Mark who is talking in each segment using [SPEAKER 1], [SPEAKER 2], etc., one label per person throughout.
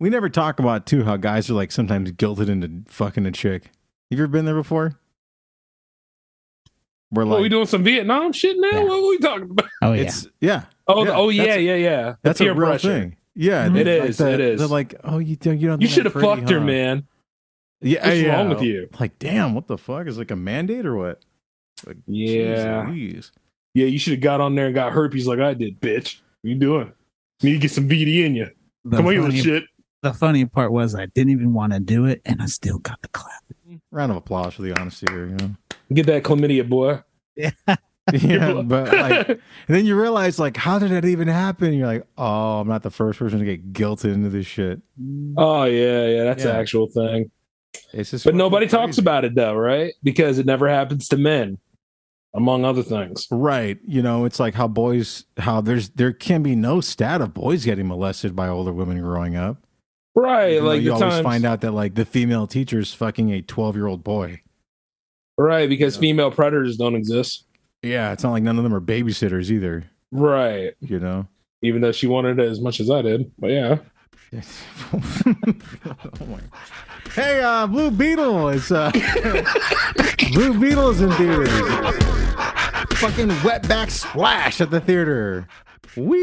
[SPEAKER 1] We never talk about too how guys are like sometimes guilted into fucking a chick. Have you ever been there before? We're
[SPEAKER 2] What,
[SPEAKER 1] like,
[SPEAKER 2] we doing some Vietnam shit now?
[SPEAKER 3] Yeah.
[SPEAKER 2] What are we talking about?
[SPEAKER 3] Oh yeah.
[SPEAKER 1] it's yeah,
[SPEAKER 2] Oh,
[SPEAKER 1] Yeah,
[SPEAKER 2] oh yeah,
[SPEAKER 1] that's-
[SPEAKER 2] yeah, yeah. The
[SPEAKER 1] that's a
[SPEAKER 2] peer
[SPEAKER 1] real
[SPEAKER 2] pressure.
[SPEAKER 1] thing. Yeah,
[SPEAKER 3] Mhm.
[SPEAKER 1] they-
[SPEAKER 2] It
[SPEAKER 1] like
[SPEAKER 2] is,
[SPEAKER 1] the-
[SPEAKER 2] it is.
[SPEAKER 1] They're like, oh, you don't, you don't.
[SPEAKER 2] You
[SPEAKER 1] think
[SPEAKER 2] should
[SPEAKER 1] I'm
[SPEAKER 2] have
[SPEAKER 1] pretty,
[SPEAKER 2] fucked her,
[SPEAKER 1] huh?
[SPEAKER 2] man.
[SPEAKER 1] Yeah,
[SPEAKER 2] What's
[SPEAKER 1] yeah.
[SPEAKER 2] wrong with you?
[SPEAKER 1] Like, damn, what the fuck is it like a mandate or what? Like,
[SPEAKER 2] Yeah.
[SPEAKER 1] jeez Louise.
[SPEAKER 2] Yeah, you should have got on there and got herpes like I did, bitch. What you doing? Need to get some VD in you.
[SPEAKER 3] The
[SPEAKER 2] Come on, you
[SPEAKER 3] funny-
[SPEAKER 2] little shit.
[SPEAKER 3] the funny part was I didn't even want to do it, and I still got the clap.
[SPEAKER 1] Round of applause for the honesty here, you know.
[SPEAKER 2] Get that chlamydia, boy.
[SPEAKER 1] Yeah, but like, And then you realize, like, how did that even happen? You're like, oh, I'm not the first person to get guilted into this shit.
[SPEAKER 2] oh yeah, yeah, that's an
[SPEAKER 1] Yeah.
[SPEAKER 2] actual thing.
[SPEAKER 1] It's just,
[SPEAKER 2] But nobody talks about it though, right? Because it never happens to men, among other things.
[SPEAKER 1] Right. You know, it's like how boys, how there's, there can be no stat of boys getting molested by older women growing up.
[SPEAKER 2] Right,
[SPEAKER 1] Even though
[SPEAKER 2] like
[SPEAKER 1] you
[SPEAKER 2] the
[SPEAKER 1] always
[SPEAKER 2] times,
[SPEAKER 1] find out that, like, the female teacher is fucking a 12 year old boy.
[SPEAKER 2] right? Because
[SPEAKER 1] Yeah.
[SPEAKER 2] female predators don't exist.
[SPEAKER 1] Yeah. It's not like none of them are babysitters either,
[SPEAKER 2] Right,
[SPEAKER 1] you know?
[SPEAKER 2] even though she wanted it as much as I did. But yeah,
[SPEAKER 1] oh my. Hey, uh, Blue Beetle is uh, Blue Beetle is in theaters. Fucking wetback splash at the theater. Wee.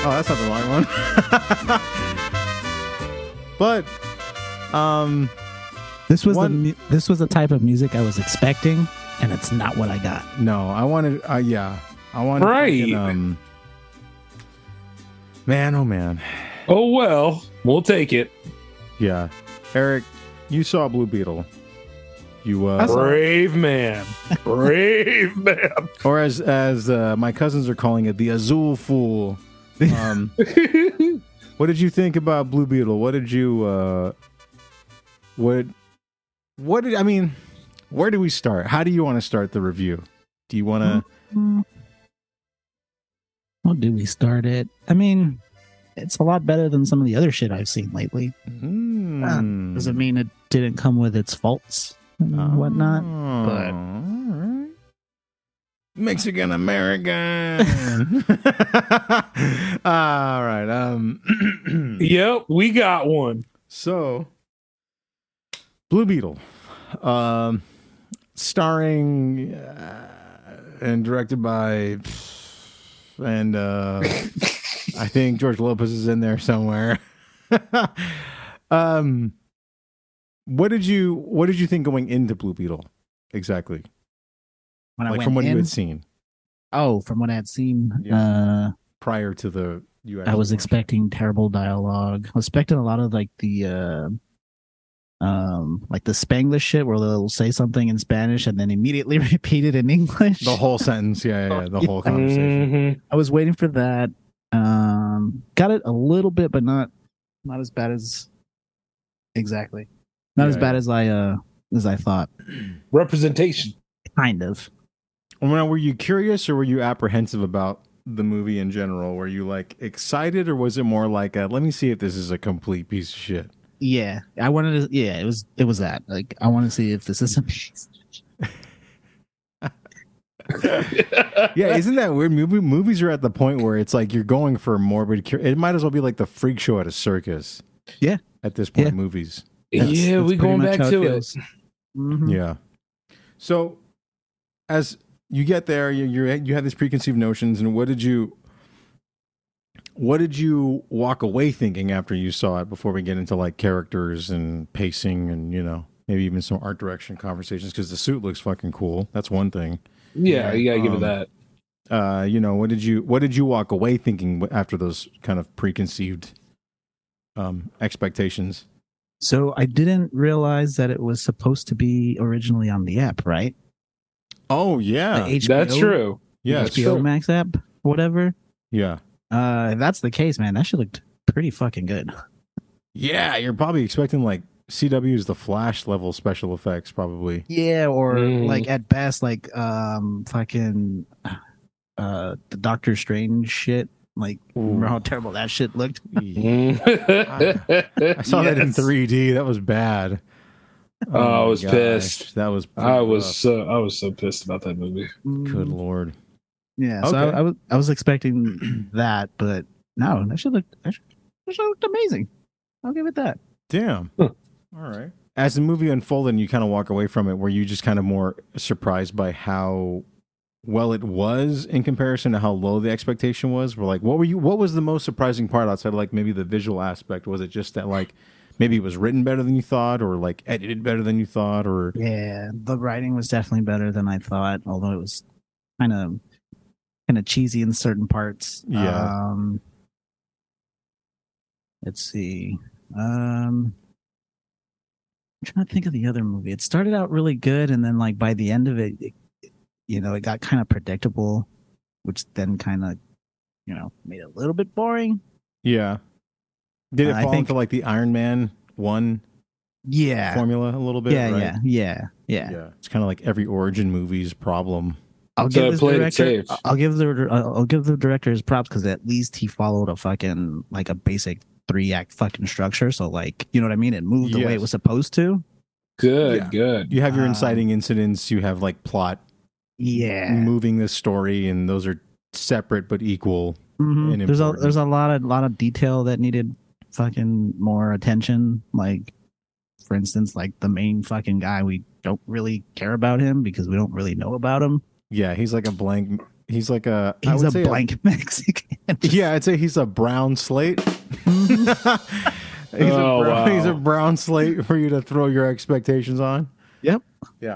[SPEAKER 1] Oh, that's not the long one. but, um,
[SPEAKER 3] This was
[SPEAKER 1] One-
[SPEAKER 3] the mu- this was the type of music I was expecting, and it's not what I got.
[SPEAKER 1] no, I wanted. Uh, yeah, I wanted.
[SPEAKER 2] Right.
[SPEAKER 1] fucking, um, man, oh man.
[SPEAKER 2] oh well, we'll take it.
[SPEAKER 1] Yeah, Eric, you saw Blue Beetle. You uh,
[SPEAKER 3] I saw
[SPEAKER 2] Brave man, brave man.
[SPEAKER 1] or as as uh, my cousins are calling it, the Azul Fool. Um, what did you think about Blue Beetle? What did you uh, what what did I mean? Where do we start? How do you want to start the review? Do you want to?
[SPEAKER 3] Hmm. Well, do we start it? I mean, it's a lot better than some of the other shit I've seen lately.
[SPEAKER 1] Mm.
[SPEAKER 3] Doesn't mean it didn't come with its faults and whatnot.
[SPEAKER 1] Oh.
[SPEAKER 3] but-
[SPEAKER 1] alright. Mexican American. all right. Um.
[SPEAKER 2] yep, we got one.
[SPEAKER 1] So, Blue Beetle, um, starring uh, and directed by, and uh, I think George Lopez is in there somewhere. um, what did you What did you think going into Blue Beetle exactly?
[SPEAKER 3] When I
[SPEAKER 1] Like
[SPEAKER 3] went
[SPEAKER 1] from what you
[SPEAKER 3] in-
[SPEAKER 1] had seen
[SPEAKER 3] oh, from what I had seen,
[SPEAKER 1] Yeah.
[SPEAKER 3] uh,
[SPEAKER 1] prior to the you.
[SPEAKER 3] I
[SPEAKER 1] actually
[SPEAKER 3] was
[SPEAKER 1] watching.
[SPEAKER 3] expecting terrible dialogue. I was expecting a lot of like the uh, um like the Spanglish shit where they'll say something in Spanish and then immediately repeat it in English.
[SPEAKER 1] the whole sentence. Yeah, yeah, yeah the whole
[SPEAKER 3] Yeah.
[SPEAKER 1] conversation.
[SPEAKER 2] Mhm.
[SPEAKER 3] I was waiting for that. Um got it a little bit but not not as bad as exactly. Not
[SPEAKER 1] Yeah,
[SPEAKER 3] as bad
[SPEAKER 1] yeah.
[SPEAKER 3] as I uh as I thought.
[SPEAKER 2] Representation.
[SPEAKER 3] Kind of.
[SPEAKER 1] Now, were you curious or were you apprehensive about the movie in general? Were you like excited or was it more like, a, let me see if this is a complete piece of shit?
[SPEAKER 3] Yeah. I wanted to yeah, it was it was that. Like I want to see if this is a
[SPEAKER 1] Yeah, isn't that weird? Movie, movies are at the point where it's like you're going for morbid. Cur- it might as well be like the freak show at a circus.
[SPEAKER 3] Yeah.
[SPEAKER 1] At this point,
[SPEAKER 3] Yeah.
[SPEAKER 1] movies.
[SPEAKER 3] That's-
[SPEAKER 2] yeah,
[SPEAKER 3] that's
[SPEAKER 2] we
[SPEAKER 3] pretty
[SPEAKER 2] going
[SPEAKER 3] much
[SPEAKER 2] back
[SPEAKER 3] how
[SPEAKER 2] to it.
[SPEAKER 3] feels. Mhm.
[SPEAKER 1] Yeah. So, as you get there, you you're, you have these preconceived notions, and what did you, what did you walk away thinking after you saw it? Before we get into like characters and pacing, and you know maybe even some art direction conversations, because the suit looks fucking cool. That's one thing.
[SPEAKER 2] Yeah, you gotta give it
[SPEAKER 1] Um,
[SPEAKER 2] that.
[SPEAKER 1] Uh, you know, what did you what did you walk away thinking after those kind of preconceived um, expectations?
[SPEAKER 3] So I didn't realize that it was supposed to be originally on the app, right?
[SPEAKER 1] Oh yeah,
[SPEAKER 3] The HBO,
[SPEAKER 2] That's true.
[SPEAKER 1] yeah,
[SPEAKER 2] that's
[SPEAKER 3] HBO
[SPEAKER 2] true.
[SPEAKER 3] Max app, whatever.
[SPEAKER 1] yeah.
[SPEAKER 3] Uh, if that's the case, man. That shit looked pretty fucking good.
[SPEAKER 1] Yeah, you're probably expecting like CW's the Flash level special effects, probably.
[SPEAKER 3] Yeah, or
[SPEAKER 2] Mm.
[SPEAKER 3] like at best, like um, fucking uh, the Doctor Strange shit. Like, remember how terrible that shit looked?
[SPEAKER 1] I
[SPEAKER 2] I
[SPEAKER 1] saw that in 3D. That was bad.
[SPEAKER 2] Oh, I
[SPEAKER 1] my
[SPEAKER 2] was pissed.
[SPEAKER 1] That was.
[SPEAKER 2] I was so I was so pissed about that movie.
[SPEAKER 1] Good lord.
[SPEAKER 3] Mm, Yeah, so I,
[SPEAKER 1] Okay.
[SPEAKER 3] I was I was expecting that, but no, that shit looked that shit which looked amazing. I'll give it that.
[SPEAKER 1] Damn.
[SPEAKER 2] Huh.
[SPEAKER 3] Hmm.
[SPEAKER 1] All right. As the movie unfolded and you kind of walk away from it, were you just kind of more surprised by how well it was in comparison to how low the expectation was? Were like, what were you, what was the most surprising part outside of like maybe the visual aspect? Was it just that like maybe it was written better than you thought or like edited better than you thought or
[SPEAKER 3] Yeah, the writing was definitely better than I thought, although it was kind of kind of cheesy in certain parts.
[SPEAKER 1] Yeah.
[SPEAKER 3] Um, let's see. Um, I'm trying to think of the other movie. It started out really good, and then like by the end of it, it you know, it got kind of predictable, which then kind of you know made it a little bit boring.
[SPEAKER 1] yeah. Did it
[SPEAKER 3] I
[SPEAKER 1] fall
[SPEAKER 3] think-
[SPEAKER 1] into like the Iron Man one
[SPEAKER 3] Yeah.
[SPEAKER 1] formula a little bit?
[SPEAKER 3] yeah,
[SPEAKER 1] right?
[SPEAKER 3] yeah, yeah, yeah,
[SPEAKER 1] Yeah. It's kind of like every origin movie's problem.
[SPEAKER 3] I'll
[SPEAKER 2] So
[SPEAKER 3] give
[SPEAKER 2] I
[SPEAKER 3] this
[SPEAKER 2] played it
[SPEAKER 3] director.
[SPEAKER 2] safe.
[SPEAKER 3] I'll give the uh, I'll I'll give the director his props because at least he followed a fucking like a basic three act fucking structure. So like you know what I mean. It moved the way
[SPEAKER 1] Yes.
[SPEAKER 3] it was supposed to.
[SPEAKER 2] Good,
[SPEAKER 1] Yeah.
[SPEAKER 2] good.
[SPEAKER 1] You have your
[SPEAKER 3] Um,
[SPEAKER 1] inciting incidents, you have like plot
[SPEAKER 3] Yeah.
[SPEAKER 1] moving the story, and those are separate but equal.
[SPEAKER 3] Mhm.
[SPEAKER 1] and
[SPEAKER 3] There's a
[SPEAKER 1] important.
[SPEAKER 3] there's a lot of lot of detail that needed fucking more attention. Like for instance, like the main fucking guy, we don't really care about him because we don't really know about him.
[SPEAKER 1] Yeah, he's like a blank. He's like a. I
[SPEAKER 3] He's
[SPEAKER 1] would
[SPEAKER 3] a
[SPEAKER 1] say uh,
[SPEAKER 3] blank Mexican.
[SPEAKER 1] yeah, I'd say he's a brown slate. he's,
[SPEAKER 2] Oh,
[SPEAKER 1] a brown, he's a
[SPEAKER 2] wow.
[SPEAKER 1] brown slate for you to throw your expectations on.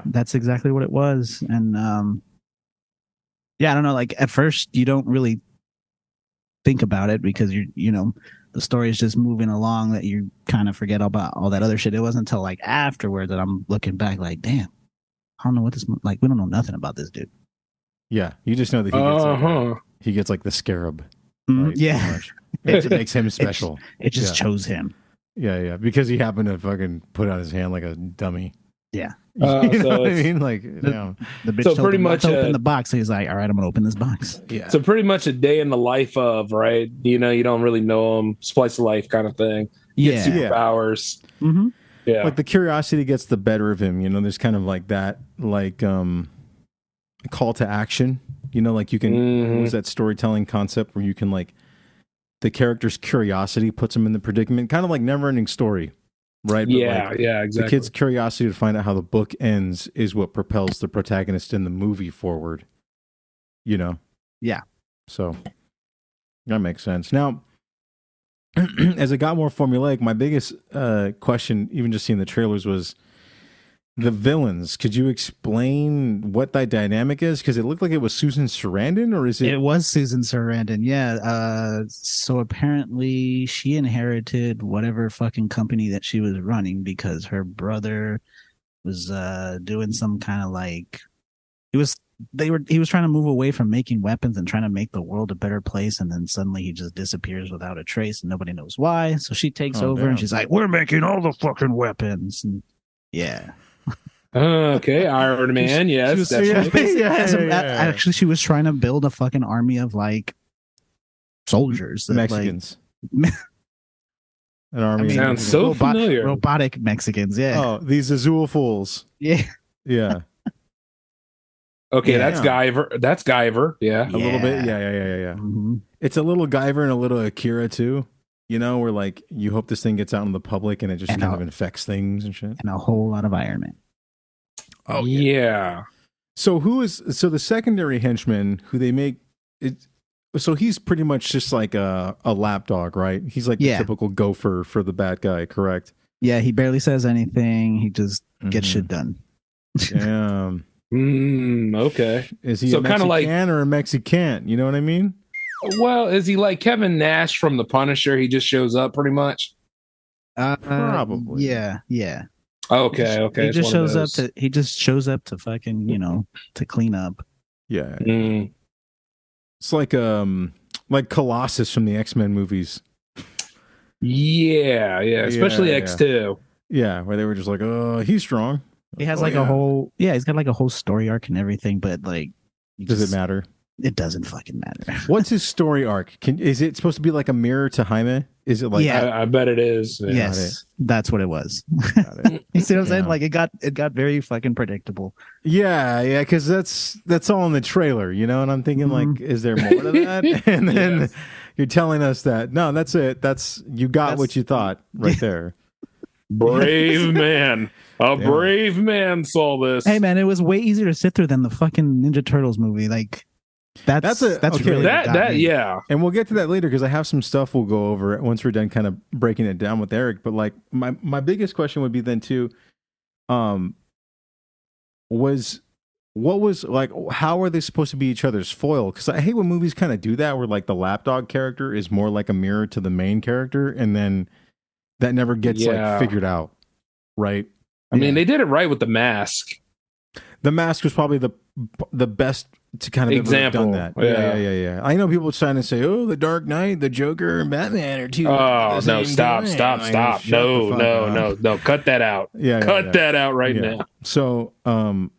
[SPEAKER 3] that's exactly what it was and um yeah i don't know like at first you don't really think about it because you you know the story is just moving along that you kind of forget about all that other shit it wasn't until like afterward that i'm looking back like damn i don't know what this mo- like we don't know nothing about this dude
[SPEAKER 1] Yeah, you just know that he gets
[SPEAKER 2] Uh
[SPEAKER 1] like,
[SPEAKER 2] huh.
[SPEAKER 1] he gets like the scarab.
[SPEAKER 2] Mm-hmm.
[SPEAKER 3] Mhm.
[SPEAKER 1] right?
[SPEAKER 3] yeah
[SPEAKER 1] Pretty much. it makes him special.
[SPEAKER 3] it just
[SPEAKER 1] Yeah.
[SPEAKER 3] chose him
[SPEAKER 1] Yeah, yeah, because he happened to fucking put out his hand like a dummy.
[SPEAKER 3] Yeah.
[SPEAKER 2] Uh,
[SPEAKER 1] you know
[SPEAKER 2] so
[SPEAKER 1] what I
[SPEAKER 2] it's-
[SPEAKER 1] mean? Like, damn.
[SPEAKER 3] the bitch
[SPEAKER 2] So
[SPEAKER 3] told
[SPEAKER 2] pretty
[SPEAKER 3] him not
[SPEAKER 2] much,
[SPEAKER 3] to open
[SPEAKER 2] uh,
[SPEAKER 3] the box so he's like all right i'm gonna open this box
[SPEAKER 1] yeah.
[SPEAKER 2] So pretty much a day in the life of right. You know, you don't really know them. Splice of life kind of thing.
[SPEAKER 3] yeah,
[SPEAKER 1] Yeah.
[SPEAKER 2] Superpowers.
[SPEAKER 3] hmm
[SPEAKER 2] Yeah.
[SPEAKER 1] like the curiosity gets the better of him you know there's kind of like that like um call to action you know like you can
[SPEAKER 2] Mhm.
[SPEAKER 1] what was that storytelling concept where you can like the character's curiosity puts him in the predicament kind of like never ending story right But,
[SPEAKER 2] yeah.
[SPEAKER 1] like,
[SPEAKER 2] yeah. Exactly.
[SPEAKER 1] the kid's curiosity to find out how the book ends is what propels the protagonist in the movie forward you know
[SPEAKER 3] Yeah.
[SPEAKER 1] so that makes sense now as it got more formulaic my biggest uh, question even just seeing the trailers was the villains could you explain what that dynamic is because it looked like it was susan sarandon or is it,
[SPEAKER 3] It was Susan Sarandon, yeah. Uh, so apparently, she inherited whatever fucking company that she was running because her brother was uh, doing some kind of like he was they were he was trying to move away from making weapons and trying to make the world a better place, and then suddenly he just disappears without a trace and nobody knows why. So she takes
[SPEAKER 1] Oh,
[SPEAKER 3] over
[SPEAKER 1] damn.
[SPEAKER 3] and she's like, "We're making all the fucking weapons." And, yeah,
[SPEAKER 2] Uh, okay, Iron Man. Yes,
[SPEAKER 3] she was,
[SPEAKER 1] yeah.
[SPEAKER 2] definitely.
[SPEAKER 3] basically- as a-
[SPEAKER 1] yeah, yeah.
[SPEAKER 3] actually she was trying to build a fucking army of like soldiers that, like,
[SPEAKER 1] mexicans an army
[SPEAKER 3] I
[SPEAKER 1] of
[SPEAKER 3] mean,
[SPEAKER 2] Sounds so
[SPEAKER 3] robo-
[SPEAKER 2] familiar.
[SPEAKER 3] robotic mexicans yeah
[SPEAKER 1] oh these azul fools
[SPEAKER 3] yeah
[SPEAKER 1] yeah
[SPEAKER 2] Okay,
[SPEAKER 1] Yeah.
[SPEAKER 2] that's Guyver. That's Guyver.
[SPEAKER 1] a
[SPEAKER 2] Yeah.
[SPEAKER 1] little bit yeah
[SPEAKER 3] Yeah.
[SPEAKER 1] yeah yeah yeah yeah
[SPEAKER 3] Mhm.
[SPEAKER 1] It's a little Guyver and a little Akira too. You know, where like you hope this thing gets out in the public and it just
[SPEAKER 3] And
[SPEAKER 1] kind of
[SPEAKER 3] out.
[SPEAKER 1] infects things and shit.
[SPEAKER 3] and a whole lot of iron man Oh,
[SPEAKER 2] yeah.
[SPEAKER 1] So who is so the secondary henchman who they make it? So he's pretty much just like a a lapdog, right? He's like
[SPEAKER 3] Yeah.
[SPEAKER 1] the typical gopher for the bad guy, correct?
[SPEAKER 3] yeah he barely says anything he just gets
[SPEAKER 1] Mhm.
[SPEAKER 3] shit done
[SPEAKER 1] Mm-hmm. Damn.
[SPEAKER 2] Mm, okay.
[SPEAKER 1] Is he
[SPEAKER 2] So
[SPEAKER 1] a
[SPEAKER 2] kinda
[SPEAKER 1] Mexican
[SPEAKER 2] like-
[SPEAKER 1] or a Mexican? You know what I mean?
[SPEAKER 2] Well, is he like Kevin Nash from The Punisher? He just shows up pretty much.
[SPEAKER 3] uh,
[SPEAKER 1] Probably.
[SPEAKER 3] yeah yeah He
[SPEAKER 2] Okay.
[SPEAKER 3] just-
[SPEAKER 2] Okay.
[SPEAKER 3] he
[SPEAKER 2] it's
[SPEAKER 3] just
[SPEAKER 2] one of
[SPEAKER 3] shows up
[SPEAKER 2] those.
[SPEAKER 3] to he just shows up to fucking you know to clean up
[SPEAKER 1] Yeah.
[SPEAKER 2] Mm.
[SPEAKER 1] It's like um like Colossus from the X Men movies.
[SPEAKER 2] Yeah. Yeah. Especially
[SPEAKER 1] Yeah, yeah.
[SPEAKER 2] X two.
[SPEAKER 1] Yeah, where they were just like, oh, he's strong.
[SPEAKER 3] he has
[SPEAKER 1] Oh,
[SPEAKER 3] like
[SPEAKER 1] yeah.
[SPEAKER 3] a whole yeah he's got like a whole story arc and everything but like he
[SPEAKER 1] Does
[SPEAKER 3] just-
[SPEAKER 1] it matter?
[SPEAKER 3] it doesn't fucking matter
[SPEAKER 1] What's his story arc? Can, is it supposed to be like a mirror to Jaime? Is it like
[SPEAKER 3] Yeah.
[SPEAKER 2] I, I bet it is. Yeah.
[SPEAKER 3] yes that's what it was
[SPEAKER 1] Got it.
[SPEAKER 3] You see what I'm saying?
[SPEAKER 1] Yeah.
[SPEAKER 3] Like it got it got very fucking predictable.
[SPEAKER 1] yeah, yeah,
[SPEAKER 3] Mm-hmm.
[SPEAKER 1] because that's that's all in the trailer, you know. And I'm thinking like, is there more to that? And then
[SPEAKER 2] Yes.
[SPEAKER 1] you're telling us that. No, that's it. That's you got
[SPEAKER 3] That's-
[SPEAKER 1] what you thought right there.
[SPEAKER 2] Brave man. A
[SPEAKER 1] Damn.
[SPEAKER 2] brave man saw this.
[SPEAKER 3] Hey man, it was way easier to sit through than the fucking Ninja Turtles movie. Like that's
[SPEAKER 1] That's
[SPEAKER 3] that's,
[SPEAKER 1] a- okay.
[SPEAKER 3] really what
[SPEAKER 2] that
[SPEAKER 3] got
[SPEAKER 2] that
[SPEAKER 3] me.
[SPEAKER 2] yeah.
[SPEAKER 1] And we'll get to that later because I have some stuff we'll go over once we're done kind of breaking it down with Eric. But like my my biggest question would be then too, um was what was like how are they supposed to be each other's foil? Because I hate when movies kind of do that where like the lapdog character is more like a mirror to the main character and then that never gets
[SPEAKER 2] Yeah.
[SPEAKER 1] like figured out. Right?
[SPEAKER 2] I mean,
[SPEAKER 3] Yeah.
[SPEAKER 2] they did it right with the mask.
[SPEAKER 1] The mask was probably the the best to kind of
[SPEAKER 2] Example.
[SPEAKER 1] ever have done that. Yeah.
[SPEAKER 2] Yeah.
[SPEAKER 1] yeah, yeah, yeah. I know people trying to say, "Oh, the Dark Knight, the Joker, and Batman are two.
[SPEAKER 2] Oh
[SPEAKER 1] the
[SPEAKER 2] no!
[SPEAKER 1] same
[SPEAKER 2] Stop!
[SPEAKER 1] guy."
[SPEAKER 2] Stop!
[SPEAKER 1] Like,
[SPEAKER 2] Stop!
[SPEAKER 1] shut
[SPEAKER 2] No!
[SPEAKER 1] the fuck
[SPEAKER 2] No!
[SPEAKER 1] up.
[SPEAKER 2] No! No! Cut that out!
[SPEAKER 1] Yeah, yeah,
[SPEAKER 2] Cut
[SPEAKER 1] yeah.
[SPEAKER 2] that out right
[SPEAKER 1] Yeah.
[SPEAKER 2] now!
[SPEAKER 1] So, um,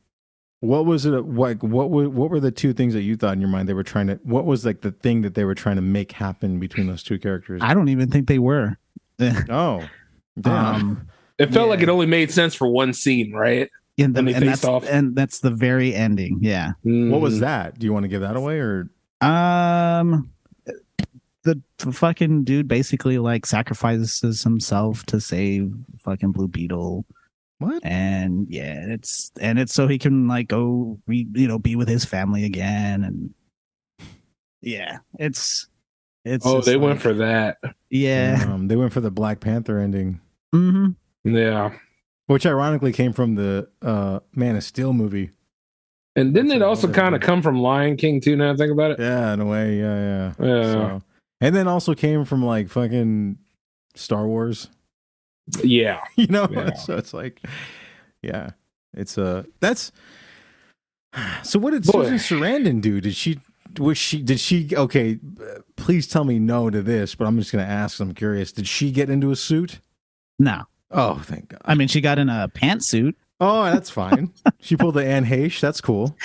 [SPEAKER 1] what was it? Like, what were what were the two things that you thought in your mind they were trying to? What was like the thing that they were trying to make happen between those two characters?
[SPEAKER 3] I don't even think they were.
[SPEAKER 1] oh, damn.
[SPEAKER 3] Um,
[SPEAKER 2] It felt
[SPEAKER 3] Yeah.
[SPEAKER 2] like it only made sense for one scene, right?
[SPEAKER 3] and, the,
[SPEAKER 2] When
[SPEAKER 3] and
[SPEAKER 2] they faced
[SPEAKER 3] that's
[SPEAKER 2] off.
[SPEAKER 3] and that's the very ending. Yeah.
[SPEAKER 1] what
[SPEAKER 2] Mm.
[SPEAKER 3] mm.
[SPEAKER 1] was that? Do you want to give that away or?
[SPEAKER 3] Um, the the fucking dude basically like sacrifices himself to save fucking Blue Beetle,
[SPEAKER 1] What?
[SPEAKER 3] and yeah, it's and it's so he can like go re, you know be with his family again, and yeah, it's it's
[SPEAKER 2] Oh,
[SPEAKER 3] just
[SPEAKER 2] they went
[SPEAKER 3] like-
[SPEAKER 2] for that.
[SPEAKER 3] yeah,
[SPEAKER 1] Um, they went for the Black Panther ending.
[SPEAKER 3] hmm
[SPEAKER 2] Yeah,
[SPEAKER 1] which ironically came from the uh, Man of Steel movie.
[SPEAKER 2] and didn't
[SPEAKER 1] That's
[SPEAKER 2] it also
[SPEAKER 1] another
[SPEAKER 2] kind of
[SPEAKER 1] one.
[SPEAKER 2] come from Lion King too? Now I think about it. Uh,
[SPEAKER 1] Yeah, in a way, yeah,
[SPEAKER 2] Yeah,
[SPEAKER 1] yeah. So, and then also came from like fucking Star Wars,
[SPEAKER 2] yeah.
[SPEAKER 1] you know.
[SPEAKER 2] Yeah.
[SPEAKER 1] So it's like, yeah, it's a uh, that's. So what did
[SPEAKER 2] Boy.
[SPEAKER 1] Susan Sarandon do? Did she? Was she? Did she? Okay, please tell me no to this, but I'm just gonna ask. I'm curious. Did she get into a suit?
[SPEAKER 3] No,
[SPEAKER 1] Oh, thank God.
[SPEAKER 3] I mean she got in a pantsuit.
[SPEAKER 1] Oh, that's fine. she pulled the Anne Heche. That's cool.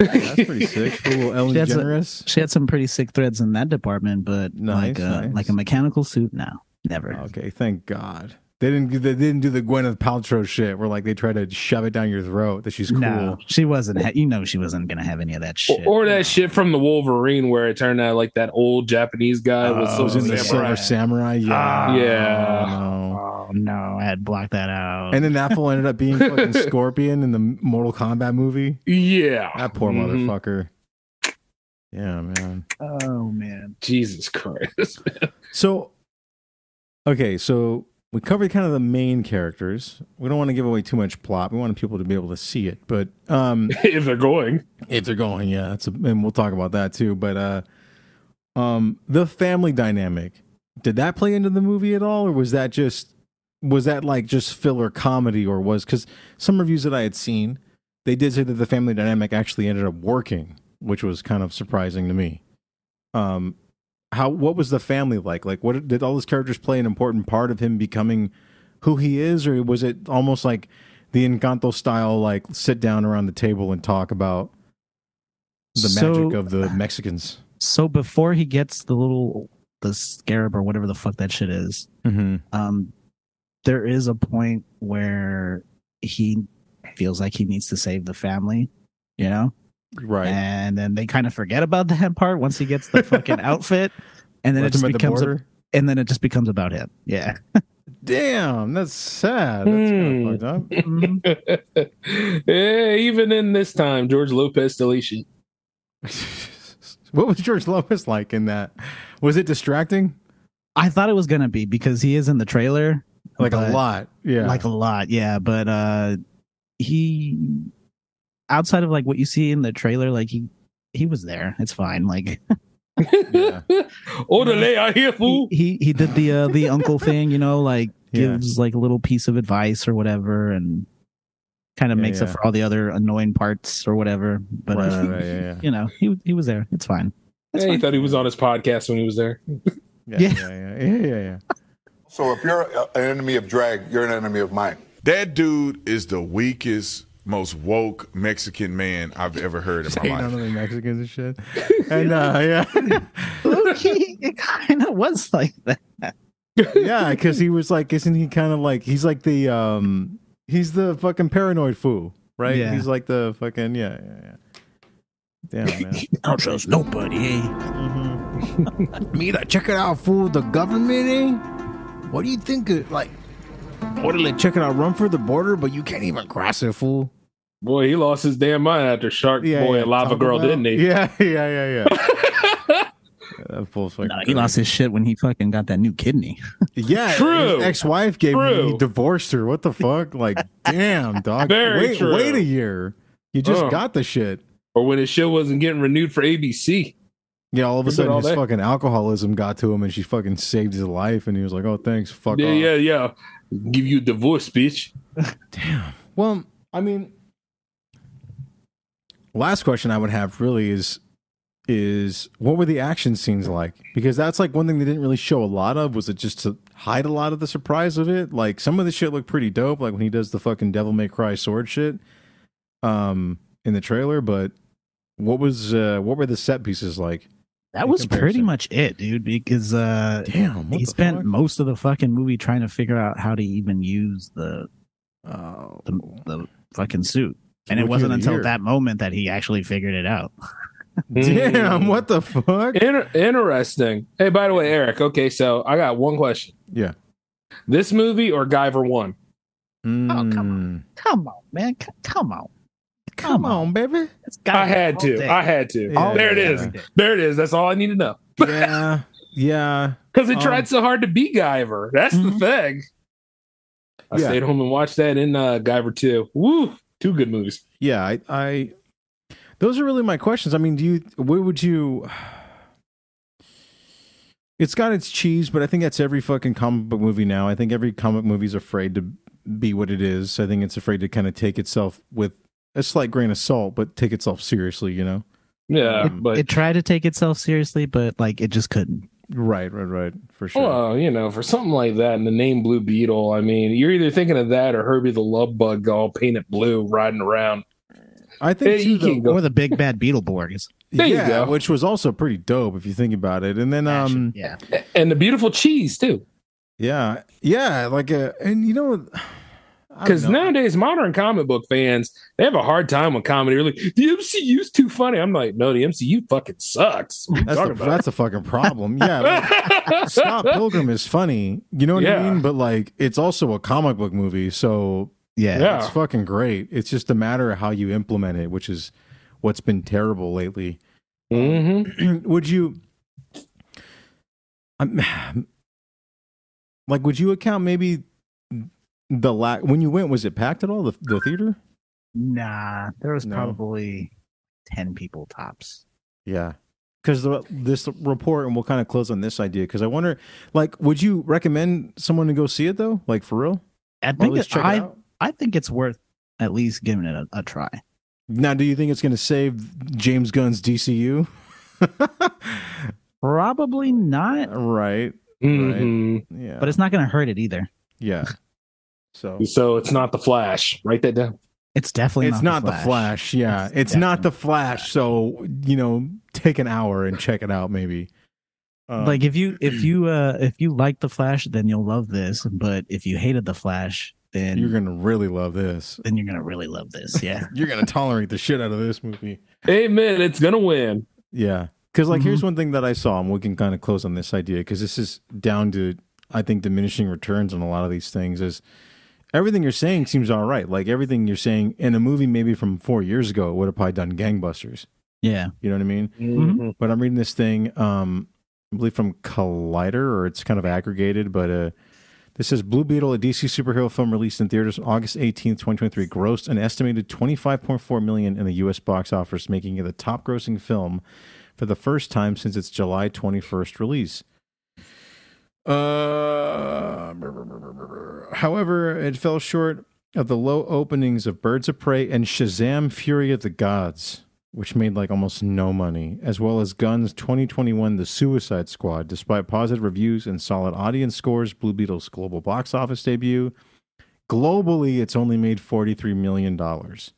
[SPEAKER 1] That's pretty sick. She pulled a little Ellen
[SPEAKER 3] She had some-
[SPEAKER 1] DeGeneres.
[SPEAKER 3] She had some pretty sick threads in that department, but
[SPEAKER 1] Nice,
[SPEAKER 3] like a,
[SPEAKER 1] nice. Oh,
[SPEAKER 3] like a mechanical suit, no, never.
[SPEAKER 1] Okay, thank God. They didn't. They didn't do the Gwyneth Paltrow shit, where like they try to shove it down your throat that she's cool.
[SPEAKER 3] No, she wasn't. Ha- you know, she wasn't gonna have any of that
[SPEAKER 2] Or,
[SPEAKER 3] shit.
[SPEAKER 2] or that shit from the Wolverine where it turned out like that old Japanese guy was
[SPEAKER 1] Oh, it was
[SPEAKER 2] some
[SPEAKER 1] in the
[SPEAKER 2] samurai.
[SPEAKER 1] Silver Samurai. Yeah,
[SPEAKER 3] Ah,
[SPEAKER 2] yeah.
[SPEAKER 1] no.
[SPEAKER 3] Oh no, I had blocked that out.
[SPEAKER 1] And then that fool ended up being fucking Scorpion in the Mortal Kombat movie.
[SPEAKER 2] Yeah,
[SPEAKER 1] That poor
[SPEAKER 2] Mhm.
[SPEAKER 1] motherfucker. Yeah, man.
[SPEAKER 3] oh man,
[SPEAKER 2] Jesus Christ.
[SPEAKER 1] So, okay, so we covered kind of the main characters. We don't want to give away too much plot. We want people to be able to see it, but um.
[SPEAKER 2] if they're going,
[SPEAKER 1] if they're going yeah that's a, and we'll talk about that too but uh um the family dynamic did that play into the movie at all or was that just was that like just filler comedy or was because some reviews that i had seen they did say that the family dynamic actually ended up working which was kind of surprising to me um how what was the family like like what did all those characters play an important part of him becoming who he is or was it almost like the encanto style like sit down around the table and talk about the magic of the Mexicans.
[SPEAKER 3] so before he gets the little the scarab or whatever the fuck that shit is,
[SPEAKER 1] Mm-hmm.
[SPEAKER 3] um, there is a point where he feels like he needs to save the family, you know,
[SPEAKER 1] Right.
[SPEAKER 3] and then they kind of forget about that part once he gets the fucking outfit, and then it just becomes a, and then it just becomes about him. Yeah.
[SPEAKER 1] Damn, that's sad. That's
[SPEAKER 2] Hmm.
[SPEAKER 1] kind of fucked up.
[SPEAKER 3] Mhm.
[SPEAKER 2] yeah, even in this time, George Lopez still eats shit.
[SPEAKER 1] what was George Lopez like in that? Was it distracting?
[SPEAKER 3] I thought it was gonna be because he is in the trailer.
[SPEAKER 1] Like a
[SPEAKER 3] but-
[SPEAKER 1] lot. Yeah.
[SPEAKER 3] like a lot yeah but uh he outside of like what you see in the trailer like he he was there it's fine like
[SPEAKER 1] Yeah.
[SPEAKER 2] Oh, the lay out here,
[SPEAKER 3] he
[SPEAKER 2] fool.
[SPEAKER 3] he, he did the uh the uncle thing you know like
[SPEAKER 1] Yeah.
[SPEAKER 3] gives like a little piece of advice or whatever and kind of
[SPEAKER 1] Yeah,
[SPEAKER 3] makes
[SPEAKER 1] yeah.
[SPEAKER 3] up for all the other annoying parts or whatever but
[SPEAKER 1] Right,
[SPEAKER 3] uh,
[SPEAKER 1] right, right, yeah, yeah.
[SPEAKER 3] you know he he was there it's fine
[SPEAKER 2] Yeah, he thought he was on his podcast when he was there.
[SPEAKER 1] yeah, yeah,
[SPEAKER 3] Yeah.
[SPEAKER 1] yeah, yeah, yeah, yeah.
[SPEAKER 4] So if you're a- an enemy of drag, you're an enemy of mine.
[SPEAKER 5] That dude is the weakest, most woke Mexican man I've ever heard in
[SPEAKER 1] Just
[SPEAKER 5] my
[SPEAKER 1] hating on
[SPEAKER 5] life.
[SPEAKER 1] other Mexicans and shit. And uh, yeah,
[SPEAKER 3] he, it kind of was like that
[SPEAKER 1] yeah, because he was like, isn't he kind of like he's like the um he's the fucking paranoid fool, right?
[SPEAKER 3] Yeah.
[SPEAKER 1] He's like the fucking yeah, yeah, yeah. Damn man.
[SPEAKER 3] don't trust nobody eh?
[SPEAKER 1] Mhm. Mira, check it out, fool. The government, eh? What do you think of, like, what are they checking out? Run for the border, but you can't even cross it, fool.
[SPEAKER 2] Boy, he lost his damn mind after Shark Boy and Lava
[SPEAKER 1] Taco
[SPEAKER 2] Girl,
[SPEAKER 1] Bell.
[SPEAKER 2] didn't he?
[SPEAKER 1] Yeah, yeah, yeah, yeah. Yeah, that fool's fucking
[SPEAKER 3] Nah, he
[SPEAKER 1] crazy.
[SPEAKER 3] lost his shit when he fucking got that new kidney.
[SPEAKER 1] Yeah,
[SPEAKER 2] True.
[SPEAKER 1] His ex-wife gave him. He
[SPEAKER 2] True.
[SPEAKER 1] divorced her. What the fuck? Like, damn, dog.
[SPEAKER 2] Very
[SPEAKER 1] wait,
[SPEAKER 2] true. Uh-huh.
[SPEAKER 1] wait a year. You just
[SPEAKER 2] Ugh.
[SPEAKER 1] got the shit.
[SPEAKER 2] Or when his show wasn't getting renewed for ABC.
[SPEAKER 1] Yeah, all of a
[SPEAKER 2] Remember
[SPEAKER 1] sudden
[SPEAKER 2] all
[SPEAKER 1] his
[SPEAKER 2] that?
[SPEAKER 1] fucking alcoholism got to him, and she fucking saved his life, and he was like, "Oh, thanks, fuck
[SPEAKER 2] yeah,
[SPEAKER 1] off."
[SPEAKER 2] yeah, yeah. Give you a divorce, bitch.
[SPEAKER 1] Well, I mean, last question I would have really is is what were the action scenes like? Because that's like one thing they didn't really show a lot of. Was it just to hide a lot of the surprise of it? Like some of the shit looked pretty dope, like when he does the fucking Devil May Cry sword shit, um, in the trailer. But what was uh, what were the set pieces like?
[SPEAKER 3] That
[SPEAKER 1] In
[SPEAKER 3] was pretty
[SPEAKER 1] comparison.
[SPEAKER 3] much it, dude. Because uh,
[SPEAKER 1] Damn, what
[SPEAKER 3] he
[SPEAKER 1] the
[SPEAKER 3] spent
[SPEAKER 1] fuck?
[SPEAKER 3] most of the fucking movie trying to figure out how to even use the
[SPEAKER 1] Oh,
[SPEAKER 3] the, the fucking suit. And
[SPEAKER 1] Rookie
[SPEAKER 3] it
[SPEAKER 1] of
[SPEAKER 3] wasn't
[SPEAKER 1] the
[SPEAKER 3] until
[SPEAKER 1] year.
[SPEAKER 3] that moment that he actually figured it out.
[SPEAKER 1] damn, what the fuck?
[SPEAKER 2] Hmm. Inter- interesting. Hey, by the way, Eric. Okay, so I got one question.
[SPEAKER 1] Yeah.
[SPEAKER 2] This movie or Guyver one?
[SPEAKER 3] Oh, on.
[SPEAKER 1] Mm.
[SPEAKER 3] Come on, man. C- Come on.
[SPEAKER 1] come on, baby.
[SPEAKER 3] It's gotta
[SPEAKER 2] I
[SPEAKER 3] be
[SPEAKER 2] had
[SPEAKER 3] all
[SPEAKER 2] to.
[SPEAKER 3] day.
[SPEAKER 2] I had to.
[SPEAKER 1] Yeah.
[SPEAKER 2] there it is. There it is. That's all I need to know.
[SPEAKER 1] Yeah, yeah.
[SPEAKER 2] Because it
[SPEAKER 1] Um,
[SPEAKER 2] tried so hard to be Guyver. That's
[SPEAKER 3] Mhm.
[SPEAKER 2] the thing. I
[SPEAKER 1] Yeah.
[SPEAKER 2] stayed home and watched that in uh, Guyver two. Woo, two good movies.
[SPEAKER 1] yeah I, I those are really my questions i mean do you what would you it's got its cheese but i think that's every fucking comic book movie now i think every comic movie's afraid to be what it is i think it's afraid to kind of take itself with a slight grain of salt but take itself seriously you know
[SPEAKER 2] Yeah,
[SPEAKER 1] It-
[SPEAKER 2] but
[SPEAKER 3] It tried to take itself seriously, but like it just couldn't.
[SPEAKER 1] right right right for sure
[SPEAKER 2] Well, you know, for something like that and the name Blue Beetle, I mean, you're either thinking of that or Herbie the Love Bug all painted blue riding around.
[SPEAKER 1] i think
[SPEAKER 2] eh,
[SPEAKER 1] too,
[SPEAKER 2] you
[SPEAKER 1] though-
[SPEAKER 2] can't go-
[SPEAKER 3] Or the big bad Beetleborgs.
[SPEAKER 2] There you
[SPEAKER 1] yeah,
[SPEAKER 2] go.
[SPEAKER 1] which was also pretty dope if you think about it and then um
[SPEAKER 3] yeah.
[SPEAKER 2] And the beautiful cheese, too.
[SPEAKER 1] yeah yeah like uh and you know I don't
[SPEAKER 2] Because
[SPEAKER 1] know.
[SPEAKER 2] nowadays, modern comic book fans, they have a hard time with comedy. They're like, the MCU's too funny. I'm like, no, the MCU fucking sucks. What are you
[SPEAKER 1] that's, the,
[SPEAKER 2] talking about?
[SPEAKER 1] that's a fucking problem yeah like, Scott Pilgrim is funny. You know what I
[SPEAKER 2] Yeah.
[SPEAKER 1] mean? But like, it's also a comic book movie, so
[SPEAKER 3] Yeah.
[SPEAKER 2] Yeah.
[SPEAKER 1] it's fucking great. It's just a matter of how you implement it, which is what's been terrible lately.
[SPEAKER 2] hmm
[SPEAKER 1] would you, I'm, like, would you account maybe the lack when you went? Was it packed at all? The the theater?
[SPEAKER 3] Nah. There was
[SPEAKER 1] No.
[SPEAKER 3] probably ten people tops.
[SPEAKER 1] Yeah. Because this report, and we'll kind of close on this idea. Because I wonder, like, would you recommend someone to go see it though? Like for real?
[SPEAKER 3] I
[SPEAKER 1] Or at
[SPEAKER 3] think
[SPEAKER 1] least
[SPEAKER 3] it,
[SPEAKER 1] check
[SPEAKER 3] I
[SPEAKER 1] it out.
[SPEAKER 3] I think it's worth at least giving it a, a try.
[SPEAKER 1] Now, do you think it's going to save James Gunn's DCU?
[SPEAKER 3] Probably not,
[SPEAKER 1] right.
[SPEAKER 2] hmm
[SPEAKER 1] Yeah.
[SPEAKER 3] but it's not going to hurt it either.
[SPEAKER 1] yeah. So
[SPEAKER 2] So it's not the Flash. Write that down.
[SPEAKER 3] It's definitely
[SPEAKER 1] it's not the Flash. Yeah. It's,
[SPEAKER 3] It's
[SPEAKER 1] not the Flash. So, you know, take an hour and check it out, maybe. Um,
[SPEAKER 3] like if you if you uh if you like the Flash, then you'll love this. But if you hated the Flash, then
[SPEAKER 1] you're going to really love this.
[SPEAKER 3] then you're gonna really love this. Yeah,
[SPEAKER 1] You're going to tolerate the shit out of this movie.
[SPEAKER 2] Amen. It's going to win.
[SPEAKER 1] Yeah. Because, like, here's one thing that I saw, and we can kind of close on this idea because this is down to, I think, diminishing returns on a lot of these things. Is everything you're saying seems all right. Like, everything you're saying in a movie maybe from four years ago would have probably done gangbusters.
[SPEAKER 3] yeah.
[SPEAKER 1] You know what I mean?
[SPEAKER 2] Mhm.
[SPEAKER 1] But I'm reading this thing, um, I believe from Collider, or it's kind of aggregated, but uh, this says Blue Beetle, a DC superhero film released in theaters on August 18th, 2023, grossed an estimated 25.4 million in the U.S. box office, making it the top-grossing film for the first time since its July 21st release. Uh, however, it fell short of the low openings of Birds of Prey and Shazam: Fury of the Gods which made like almost no money, as well as Guns 2021 The Suicide Squad. Despite positive reviews and solid audience scores, Blue Beetle's global box office debut, globally it's only made 43 million dollars.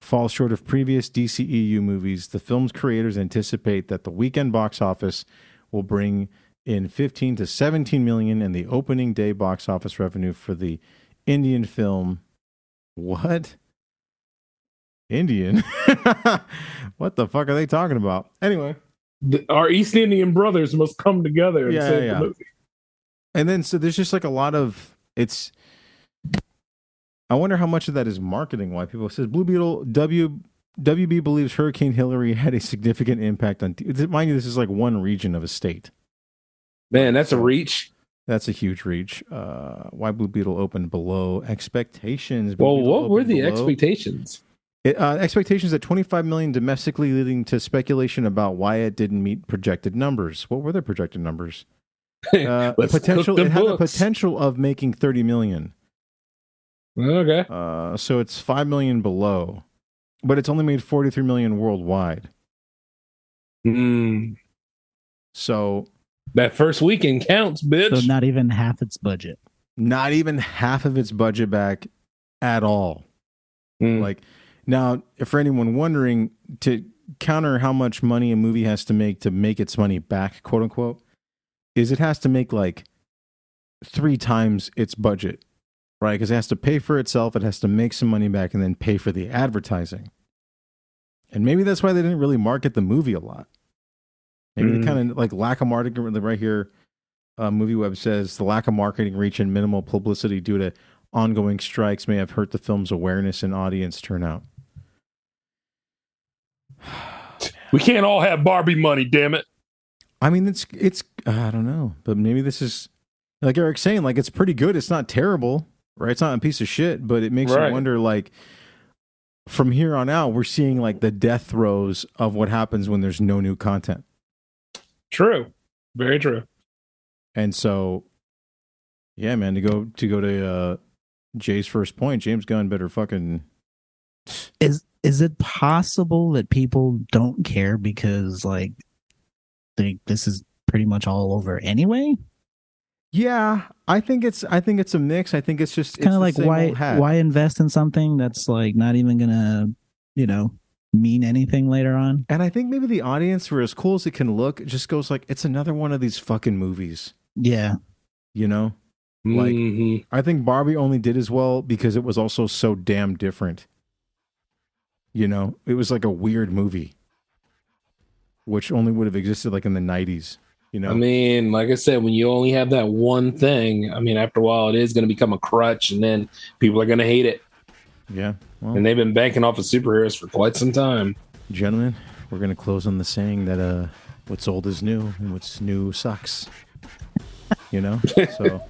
[SPEAKER 1] Falls short of previous DCEU movies, the film's creators anticipate that the weekend box office will bring in 15 to 17 million and the opening day box office revenue for the Indian film what? Indian? what the fuck are they talking about? Anyway,
[SPEAKER 2] the, our East Indian brothers must come together and
[SPEAKER 1] Yeah,
[SPEAKER 2] save
[SPEAKER 1] yeah,
[SPEAKER 2] the
[SPEAKER 1] yeah.
[SPEAKER 2] movie.
[SPEAKER 1] And then so there's just like a lot of it's. I wonder how much of that is marketing. Why people it says Blue Beetle W WB believes Hurricane Hillary had a significant impact on. Mind you, this is like one region of a state.
[SPEAKER 2] Man, that's a reach.
[SPEAKER 1] That's a huge reach. Uh, why Blue Beetle opened below expectations? Blue
[SPEAKER 2] Well,
[SPEAKER 1] Beetle
[SPEAKER 2] what were
[SPEAKER 1] opened
[SPEAKER 2] the
[SPEAKER 1] below-
[SPEAKER 2] expectations?
[SPEAKER 1] It, uh, expectations at 25 million domestically, leading to speculation about why it didn't meet projected numbers. What were their projected numbers? Uh,
[SPEAKER 2] Let's cook
[SPEAKER 1] potential.
[SPEAKER 2] the
[SPEAKER 1] It had the
[SPEAKER 2] books.
[SPEAKER 1] potential of making 30 million.
[SPEAKER 2] Okay.
[SPEAKER 1] Uh, so it's five million below, but it's only made 43 million worldwide.
[SPEAKER 2] Mm,
[SPEAKER 1] So
[SPEAKER 2] that first weekend counts, bitch.
[SPEAKER 3] So not even half its budget.
[SPEAKER 1] not even half of its budget back at all.
[SPEAKER 2] Mm.
[SPEAKER 1] Like now, if for anyone wondering, to counter how much money a movie has to make to make its money back, quote unquote, is it has to make like three times its budget, right? Because it has to pay for itself, it has to make some money back, and then pay for the advertising. And maybe that's why they didn't really market the movie a lot. Maybe
[SPEAKER 2] Mm.
[SPEAKER 1] they kind of like lack of marketing. Right here, uh, Movie Web says the lack of marketing reach and minimal publicity due to ongoing strikes may have hurt the film's awareness and audience turnout.
[SPEAKER 2] we can't all have Barbie money, damn it.
[SPEAKER 1] I mean, it's it's uh, I don't know, but maybe this is like Eric's saying, like it's pretty good. It's not terrible, right? It's not a piece of shit, but it makes
[SPEAKER 2] Right.
[SPEAKER 1] you wonder, like from here on out, we're seeing like the death throes of what happens when there's no new content,
[SPEAKER 2] True. Very true.
[SPEAKER 1] and so yeah, man, to go to go to uh, Jay's first point, James Gunn better fucking
[SPEAKER 3] Is is it possible that people don't care because like they, this is pretty much all over anyway?
[SPEAKER 1] yeah. I think it's I think it's a mix. I think it's just
[SPEAKER 3] It's kind
[SPEAKER 1] the
[SPEAKER 3] of like
[SPEAKER 1] same
[SPEAKER 3] why
[SPEAKER 1] old hat.
[SPEAKER 3] why invest in something that's like not even gonna you know mean anything later on?
[SPEAKER 1] And I think maybe the audience, for as cool as it can look, it just goes like, it's another one of these fucking movies,
[SPEAKER 3] Yeah,
[SPEAKER 1] you know? Like-
[SPEAKER 2] Like,
[SPEAKER 1] I think Barbie only did as well because it was also so damn different. You know, it was like a weird movie, which only would have existed like in the 90s, you know?
[SPEAKER 2] I mean, like I said, when you only have that one thing, I mean, after a while, it is going to become a crutch, and then people are going to hate it.
[SPEAKER 1] yeah. Well,
[SPEAKER 2] And they've been banking off of superheroes for quite some time.
[SPEAKER 1] gentlemen, we're going to close on the saying that uh, what's old is new and what's new sucks. You know? So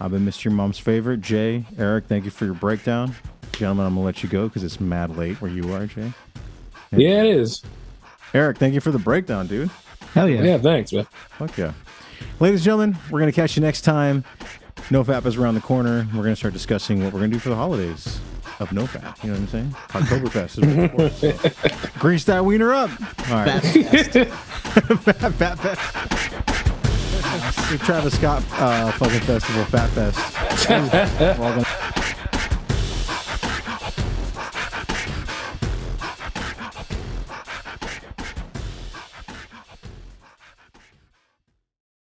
[SPEAKER 1] I've been Mr. Mom's favorite. Jay, Eric, thank you for your breakdown. Gentlemen, I'm going to let you go because it's mad late where you are, Jay. And
[SPEAKER 2] Yeah, it is.
[SPEAKER 1] Eric, thank you for the breakdown, dude.
[SPEAKER 3] hell yeah.
[SPEAKER 2] Yeah, thanks, man.
[SPEAKER 1] Fuck yeah. Ladies and gentlemen, we're going to catch you next time. NoFap is around the corner. We're going to start discussing what we're going to do for the holidays of NoFap. You know what I'm saying? Oktoberfest is what it's for, so. Grease that wiener up. All right. Fat, fat Fest. It's the Travis Scott uh, fucking festival, Fat Fest. We're all gonna-